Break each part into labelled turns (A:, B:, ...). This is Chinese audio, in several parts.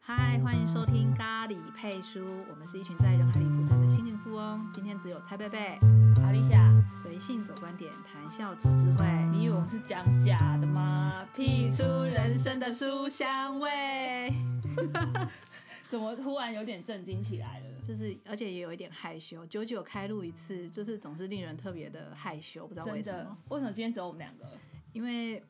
A: 嗨，欢迎收听咖喱配书，我们是一群在人海里浮沉的心灵富翁。今天只有蔡贝贝，
B: 阿丽夏，
A: 随性走观点，谈笑走智慧，
B: 你以为我们是讲假的吗？
A: 辟出人生的书香味。
B: 怎么突然有点震惊起来了？
A: 就是，而且也有一点害羞。久久开录一次，就是总是令人特别的害羞，不知道为
B: 真
A: 什
B: 的
A: 么。，
B: 为什么今天只有我们两个？
A: 因为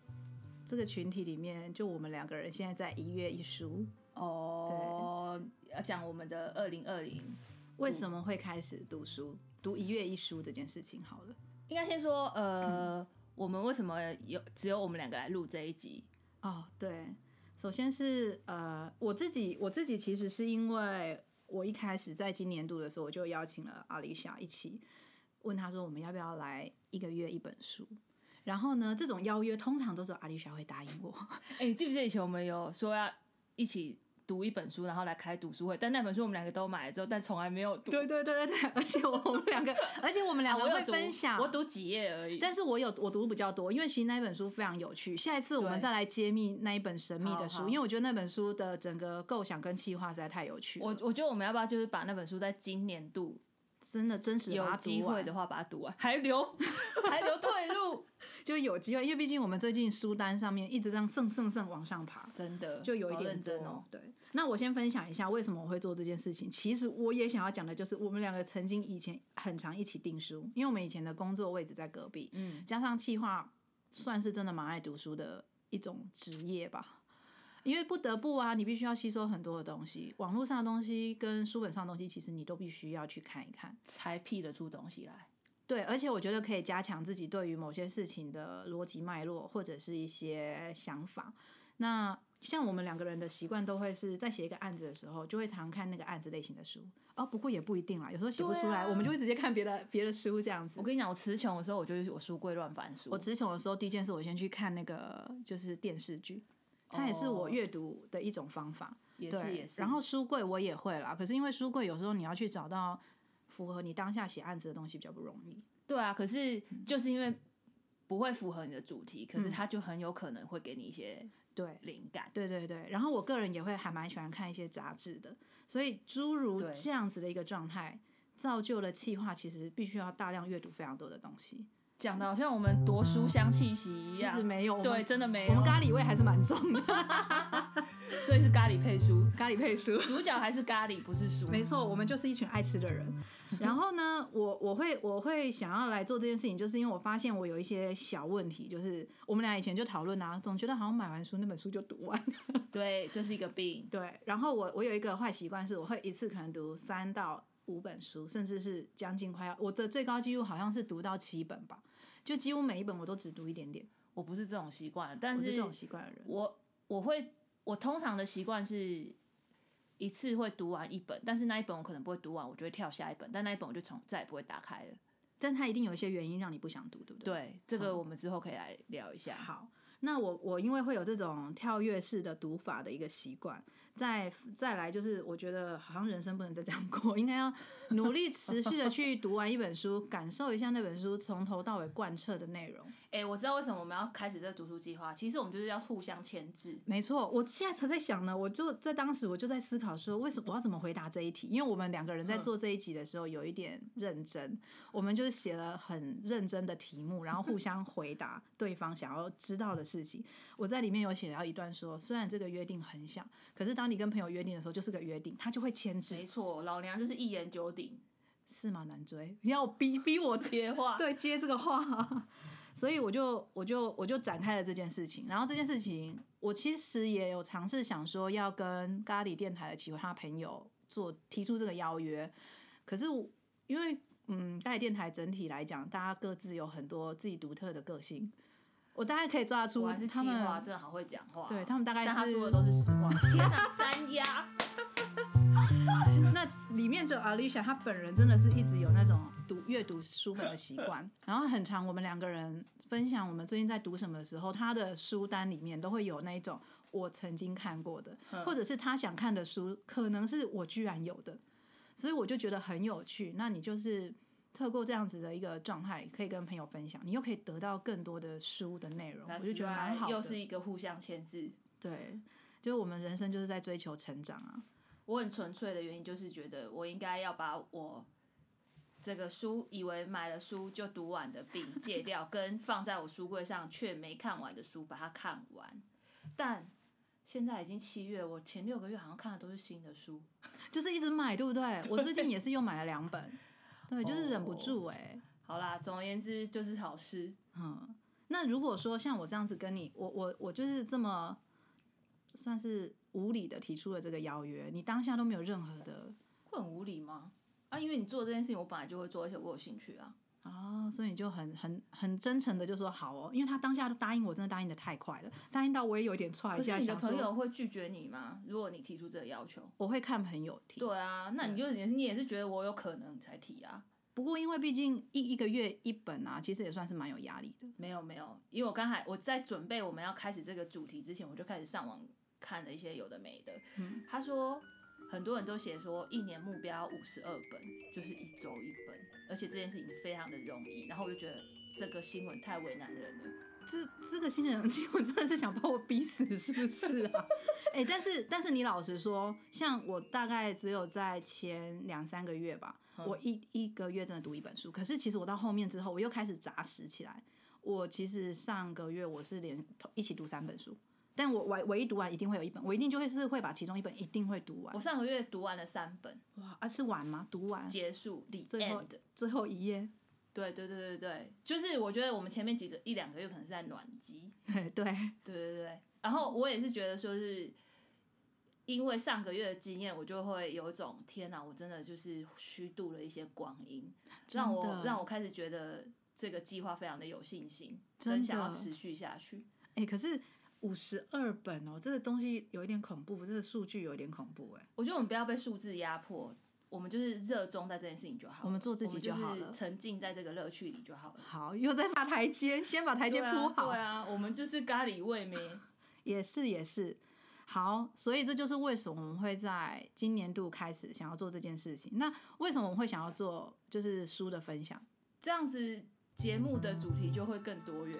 A: 这个群体里面，就我们两个人现在在一月一书。
B: 哦，要讲我们的二零二零，
A: 为什么会开始读书？读一月一书这件事情好了。
B: 应该先说
A: 嗯
B: 呃，我们为什么有只有我们两个来录这一集？
A: 哦，对，首先是呃，我自己我自己其实是因为我一开始在今年度的时候，我就邀请了阿丽莎一起，问她说我们要不要来一个月一本书。然后呢，这种邀约通常都是阿丽莎会答应 我。
B: 哎，你记不记得以前我们有说要一起？读一本书，然后来开读书会，但那本书我们两个都买了之后，但从来没有读。
A: 对对对对对，而且我我们两个，而且我们两
B: 啊，
A: 个
B: 我有
A: 会
B: 读
A: 分享。
B: 我读几页而已。
A: 但是我有我读比较多，因为其实那一本书非常有趣。下一次我们
B: 对
A: 再来揭秘那一本神秘的
B: 好
A: 书，
B: 好
A: 因为我觉得那本书的整个构想跟企划实在太有趣了。
B: 我我觉得我们要不要就是把那本书在今年度
A: 真的真实地把
B: 有
A: 它
B: 机
A: 读
B: 会
A: 完，
B: 的话把它 读完，还 留还留退路，
A: 就有机会，因为毕竟我们最近书单上面一直这样蹭蹭蹭往上爬，
B: 真的
A: 就有一
B: 好
A: 点
B: 认真
A: 多
B: 哦。。
A: 对，那我先分享一下为什么我会做这件事情。其实我也想要讲的就是，我们两个曾经以前很常一起订书，因为我们以前的工作位置在隔壁，
B: 嗯，
A: 加上企划算是真的蛮爱读书的一种职业吧。因为不得不啊，你必须要吸收很多的东西，网络上的东西跟书本上的东西，其实你都必须要去看一看。
B: 才辟得出东西来。
A: 对，而且我觉得可以加强自己对于某些事情的逻辑脉络，或者是一些想法。那像我们两个人的习惯都会是在写一个案子的时候，就会常看那个案子类型的书哦。不过也不一定啦，有时候写不
B: 对
A: 出来，
B: 啊
A: 我们就会直接看别的别的书这样子
B: 我。跟你讲，我词穷的时候，我就是我书柜乱翻书。
A: 我词穷的时候，第一件事我先去看那个就是电视剧，它也是我阅读的一种方法。
B: 哦也
A: 对，
B: 是也是。
A: 然后书柜我也会啦，可是因为书柜有时候你要去找到符合你当下写案子的东西比较不容易。
B: 对啊，可是就是因为不会符合你的主题，可是它就很有可能会给你一些
A: 嗯对，
B: 灵感。
A: 对对对，然后我个人也会还蛮喜欢看一些杂志的，所以诸如
B: 对
A: 这样子的一个状态，造就了企划其实必须要大量阅读非常多的东西。
B: 讲的好像我们夺书香气息一
A: 其
B: 样
A: 实，没有，我
B: 对，
A: 们
B: 真的没
A: 我
B: 有
A: 们。咖喱味还是蛮重的，
B: 所以是咖喱配书，
A: 咖喱配书。
B: 主角还是咖喱，不是书。
A: 没错，我们就是一群爱吃的 人。然后呢，我我会我会想要来做这件事情，就是因为我发现我有一些小问题，就是我们俩以前就讨论啊，总觉得好像买完书那本书就读完。
B: 对，这是一个病。
A: 对，然后我我有一个坏习惯是，我会一次可能读三到五本书，甚至是将近快要我的最高纪录好像是读到七本吧，就几乎每一本我都只读一点点，
B: 我不是这种习惯，但
A: 我是
B: 是
A: 这种习惯的人。
B: 我我会我通常的习惯是一次会读完一本，但是那一本我可能不会读完，我就会跳下一本，但那一本我就从再也不会打开了。
A: 但它一定有一些原因让你不想读，对不对？
B: 对，这个我们之后可以来聊一下。
A: 好，那我我因为会有这种跳跃式的读法的一个习惯，再再来就是我觉得好像人生不能再这样过，应该要努力持续的去读完一本书，感受一下那本书从头到尾贯彻的内容。
B: 哎、我知道为什么我们要开始这个读书计划，其实我们就是要互相牵制。
A: 没错，我现在才在想呢，我就在当时我就在思考说，为什么我要怎么回答这一题？因为我们两个人在做这一集的时候有一点认真，我们就是写了很认真的题目，然后互相回答对方想要知道的事情。我在里面有写到一段说，虽然这个约定很小，可是当你跟朋友约定的时候，就是个约定，他就会牵制，
B: 没错，老娘就是一言九鼎，
A: 驷马难追，要逼逼我
B: 接话。
A: 对接这个话， 所以我就我就我就展开了这件事情。然后这件事情，我其实也有尝试想说要跟咖喱电台的其他朋友做提出这个邀约，可是我因为嗯，咖喱电台整体来讲，大家各自有很多自己独特的个性，我大概可以抓出
B: 果然是气
A: 他
B: 话，
A: 们
B: 真的好会讲话。
A: 对他们大概
B: 但他
A: 是
B: 说的都是实话。天哪，三 丫！
A: 那里面只有 Alicia，她本人真的是一直有那种读阅读书本的习惯，然后很常我们两个人分享我们最近在读什么的时候，她的书单里面都会有那一种我曾经看过的，或者是她想看的书，可能是我居然有的，所以我就觉得很有趣。那你就是。透过这样子的一个状态，可以跟朋友分享，你又可以得到更多的书的内容，我就觉得蛮好的。
B: 又是一个互相牵制。
A: 对，就是我们人生就是在追求成长啊。
B: 我很纯粹的原因就是觉得我应该要把我这个书以为买了书就读完的病戒掉，跟放在我书柜上却没看完的书把它看完。但现在已经七月，我前六个月好像看的都是新的书，
A: 就是一直买，对不对？我最近也是又买了两本，对，就是忍不住
B: 哦
A: 哎、
B: 好啦，总而言之就是好事。
A: 嗯，那如果说像我这样子跟你，我我我就是这么算是无理的提出了这个邀约，你当下都没有任何的
B: 会很无理吗？啊，因为你做这件事情，我本来就会做，而且我有兴趣啊。
A: 哦，所以你就很很很真诚的就说好哦，因为他当下答应我，真的答应的太快了，答应到我也有点踹
B: 可
A: 啊一
B: 是
A: 下，
B: 你的
A: 想
B: 朋
A: 说
B: 友会拒绝你吗？如果你提出这个要求，
A: 我会看朋友提，
B: 对啊，那你就也是你也是觉得我有可能你才提啊？
A: 不过因为毕竟一一个月一本啊，其实也算是蛮有压力的。
B: 没有没有，因为我刚才我在准备我们要开始这个主题之前，我就开始上网看了一些有的没的。
A: 嗯
B: 他说很多人都写说一年目标五十二本，就是一周一本，而且这件事情非常的容易。然后我就觉得这个新闻太为难人了。
A: 这这个新人机，我真的是想把我逼死，是不是啊？哎、但是但是你老实说，像我大概只有在前两三个月吧，我一一个月真的读一本书。可是其实我到后面之后，我又开始扎实起来。我其实上个月我是连一起读三本书，但我唯唯一读完一定会有一本，我一定就会是会把其中一本一定会读完
B: 我。上个月读完了三本，
A: 哇，啊是完吗？读完
B: 结束 the
A: 最后
B: end。
A: 最后一页，
B: 对对对对对，就是我觉得我们前面几个一两个月可能是在暖机，
A: 哎对，
B: 对对对。然后我也是觉得说是，因为上个月的经验，我就会有一种天哪，我真的就是虚度了一些光阴，让
A: 真
B: 我
A: 的
B: 让我开始觉得这个计划非常的有信心，
A: 真的
B: 很想要持续下去。
A: 哎、可是五十二本哦，这个东西有一点恐怖，这个数据有一点恐怖哎、
B: 我觉得我们不要被数字压迫。我们就是热衷在这件事情就好了，
A: 我们做自己
B: 我们就
A: 就好了
B: 是沉浸在这个乐趣里就好了。
A: 好，又在爬台阶，先把台阶
B: 对
A: 铺
B: 啊，
A: 好，
B: 对啊，我们就是咖喱味没。
A: 也是也是。好，所以这就是为什么我们会在今年度开始想要做这件事情。那为什么我们会想要做就是书的分享？
B: 这样子节目的主题就会更多元。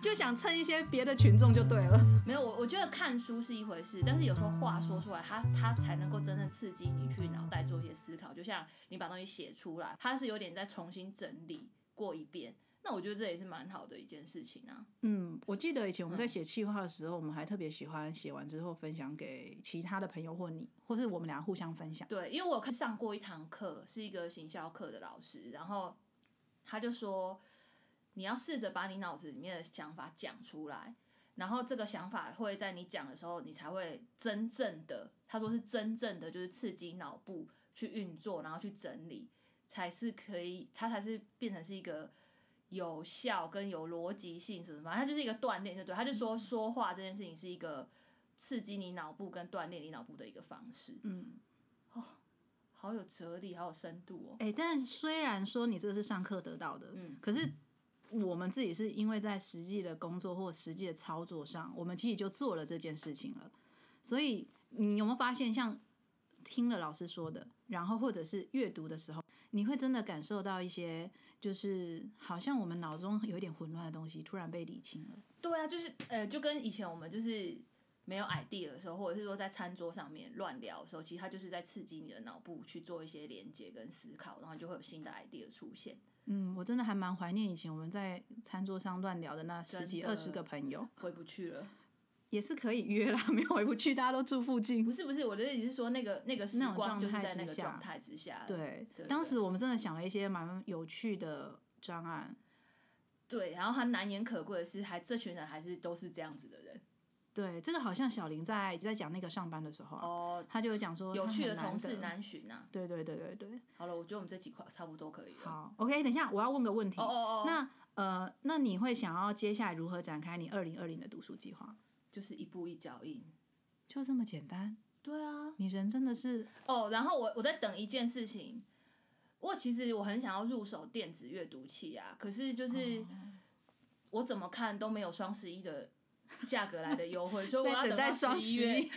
A: 就想蹭一些别的群众就对了。
B: 没有，我我觉得看书是一回事，但是有时候话说出来，它它才能够真正刺激你去脑袋做一些思考。就像你把东西写出来，它是有点再重新整理过一遍。那我觉得这也是蛮好的一件事情啊。
A: 嗯，我记得以前我们在写企划的时候，我们还特别喜欢写完之后分享给其他的朋友或你，或是我们俩互相分享。
B: 对，因为我有看上过一堂课，是一个行销课的老师，然后他就说，你要试着把你脑子里面的想法讲出来，然后这个想法会在你讲的时候，你才会真正的，他说是真正的，就是刺激脑部去运作，然后去整理，才是可以，它才是变成是一个。有效跟有逻辑性什么什么，它就是一个锻炼，就对。他就说说话这件事情是一个刺激你脑部跟锻炼你脑部的一个方式。
A: 嗯，
B: 好有哲理，好有深度哦。
A: 哎、但虽然说你这是上课得到的，
B: 嗯，
A: 可是我们自己是因为在实际的工作或实际的操作上，我们其实就做了这件事情了。所以你有没有发现，像听了老师说的，然后或者是阅读的时候，你会真的感受到一些，就是好像我们脑中有一点混乱的东西突然被理清了。
B: 对啊，就是呃，就跟以前我们就是没有 idea 的时候，或者是说在餐桌上面乱聊的时候，其实它就是在刺激你的脑部去做一些连接跟思考，然后就会有新的 idea 出现。
A: 嗯，我真的还蛮怀念以前我们在餐桌上乱聊的那
B: 真
A: 十几
B: 的
A: 二十个朋友，
B: 回不去了，
A: 也是可以约啦， 没有回不去，大家都住附近
B: 不。是不是，我的意思是说，那个那个时
A: 那种
B: 光
A: 状
B: 就是
A: 态
B: 在
A: 之
B: 那个
A: 下
B: 状态之下。
A: 对
B: 对，
A: 当时我们真的想了一些蛮有趣的专案。
B: 对，然后他难言可贵的是，还这群人还是都是这样子的人
A: 对，这个好像小林在在讲那个上班的时候啊，
B: 哦，
A: 他就有讲说
B: 有
A: 他
B: 趣的
A: 很难
B: 同事
A: 得
B: 难寻啊。
A: 对对对对对，
B: 好了，我觉得我们这几块差不多可以了。
A: 好，OK，等一下我要问个问题。
B: 哦哦哦，
A: 那呃，那你会想要接下来如何展开你二零二零的读书计划？
B: 就是一步一脚印。
A: 就这么简单？
B: 对啊，
A: 你人真的是
B: 哦，然后我我在等一件事情，我其实我很想要入手电子阅读器啊，可是
A: 哦
B: 就是我怎么看都没有双十 一的价格来的优惠，所以我要
A: 在等
B: 到
A: 待双
B: 十
A: 十
B: 月
A: 一。。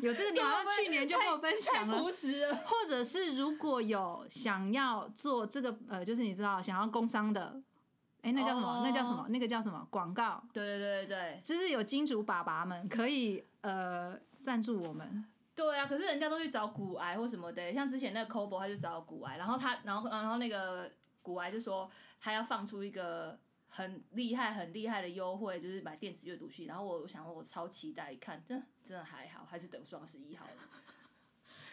A: 有 这个，你好像去年就跟我分
B: 太
A: 享了。
B: 朴实了，
A: 或者是如果有想要做这个呃，就是你知道想要工商的哎，那叫什么？那叫什么
B: 哦？
A: 那个叫什么？广告，
B: 对对对对对
A: 就是有金主爸爸们可以呃赞助我们。
B: 对啊！可是人家都去找骨癌或什么的，欸像之前那个 Kobo 他就找骨癌，然后他然后然后那个骨癌就说他要放出一个很厉害很厉害的优惠，就是买电子阅读器。然后我我想我超期待，一看真的真的还好，还是等双十一好了。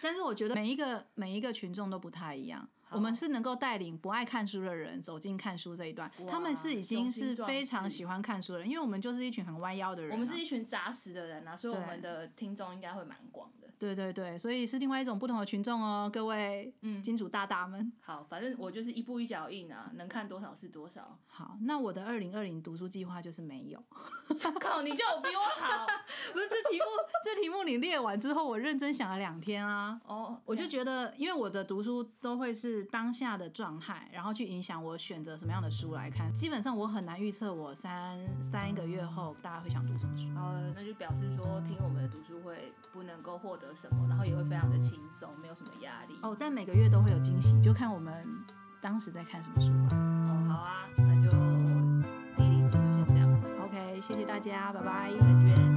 A: 但是我觉得每一个每一个群众都不太一样，
B: 好
A: 我们是能够带领不爱看书的人走进看书这一段，
B: 哇
A: 他们是已经
B: 雄
A: 是
B: 心壮志
A: 非常喜欢看书的人，因为我们就是一群很弯腰的人啊、
B: 我们是一群扎实的人啊，所以我
A: 对
B: 们的听众应该会蛮广的。
A: 对对对，所以是另外一种不同的群众哦，各位
B: 嗯
A: 金主大大们。
B: 好，反正我就是一步一脚印啊，能看多少是多少。
A: 好，那我的二零二零读书计划就是没有，
B: 靠，你就有比我好
A: 不是这题目，这题目你列完之后，我认真想了两天啊。
B: 哦。
A: 我就觉得，因为我的读书都会是当下的状态，然后去影响我选择什么样的书来看。基本上我很难预测我三三个月后大家会想读什么书。
B: 好了，那就表示说听我们的读书会不能够获得什么，然后也会非常的轻松，没有什么压力。
A: 哦，但每个月都会有惊喜，就看我们当时在看什么书吧。
B: 哦，好啊，那就第一集就先这样子，
A: OK，谢谢大家，拜拜。
B: 再见。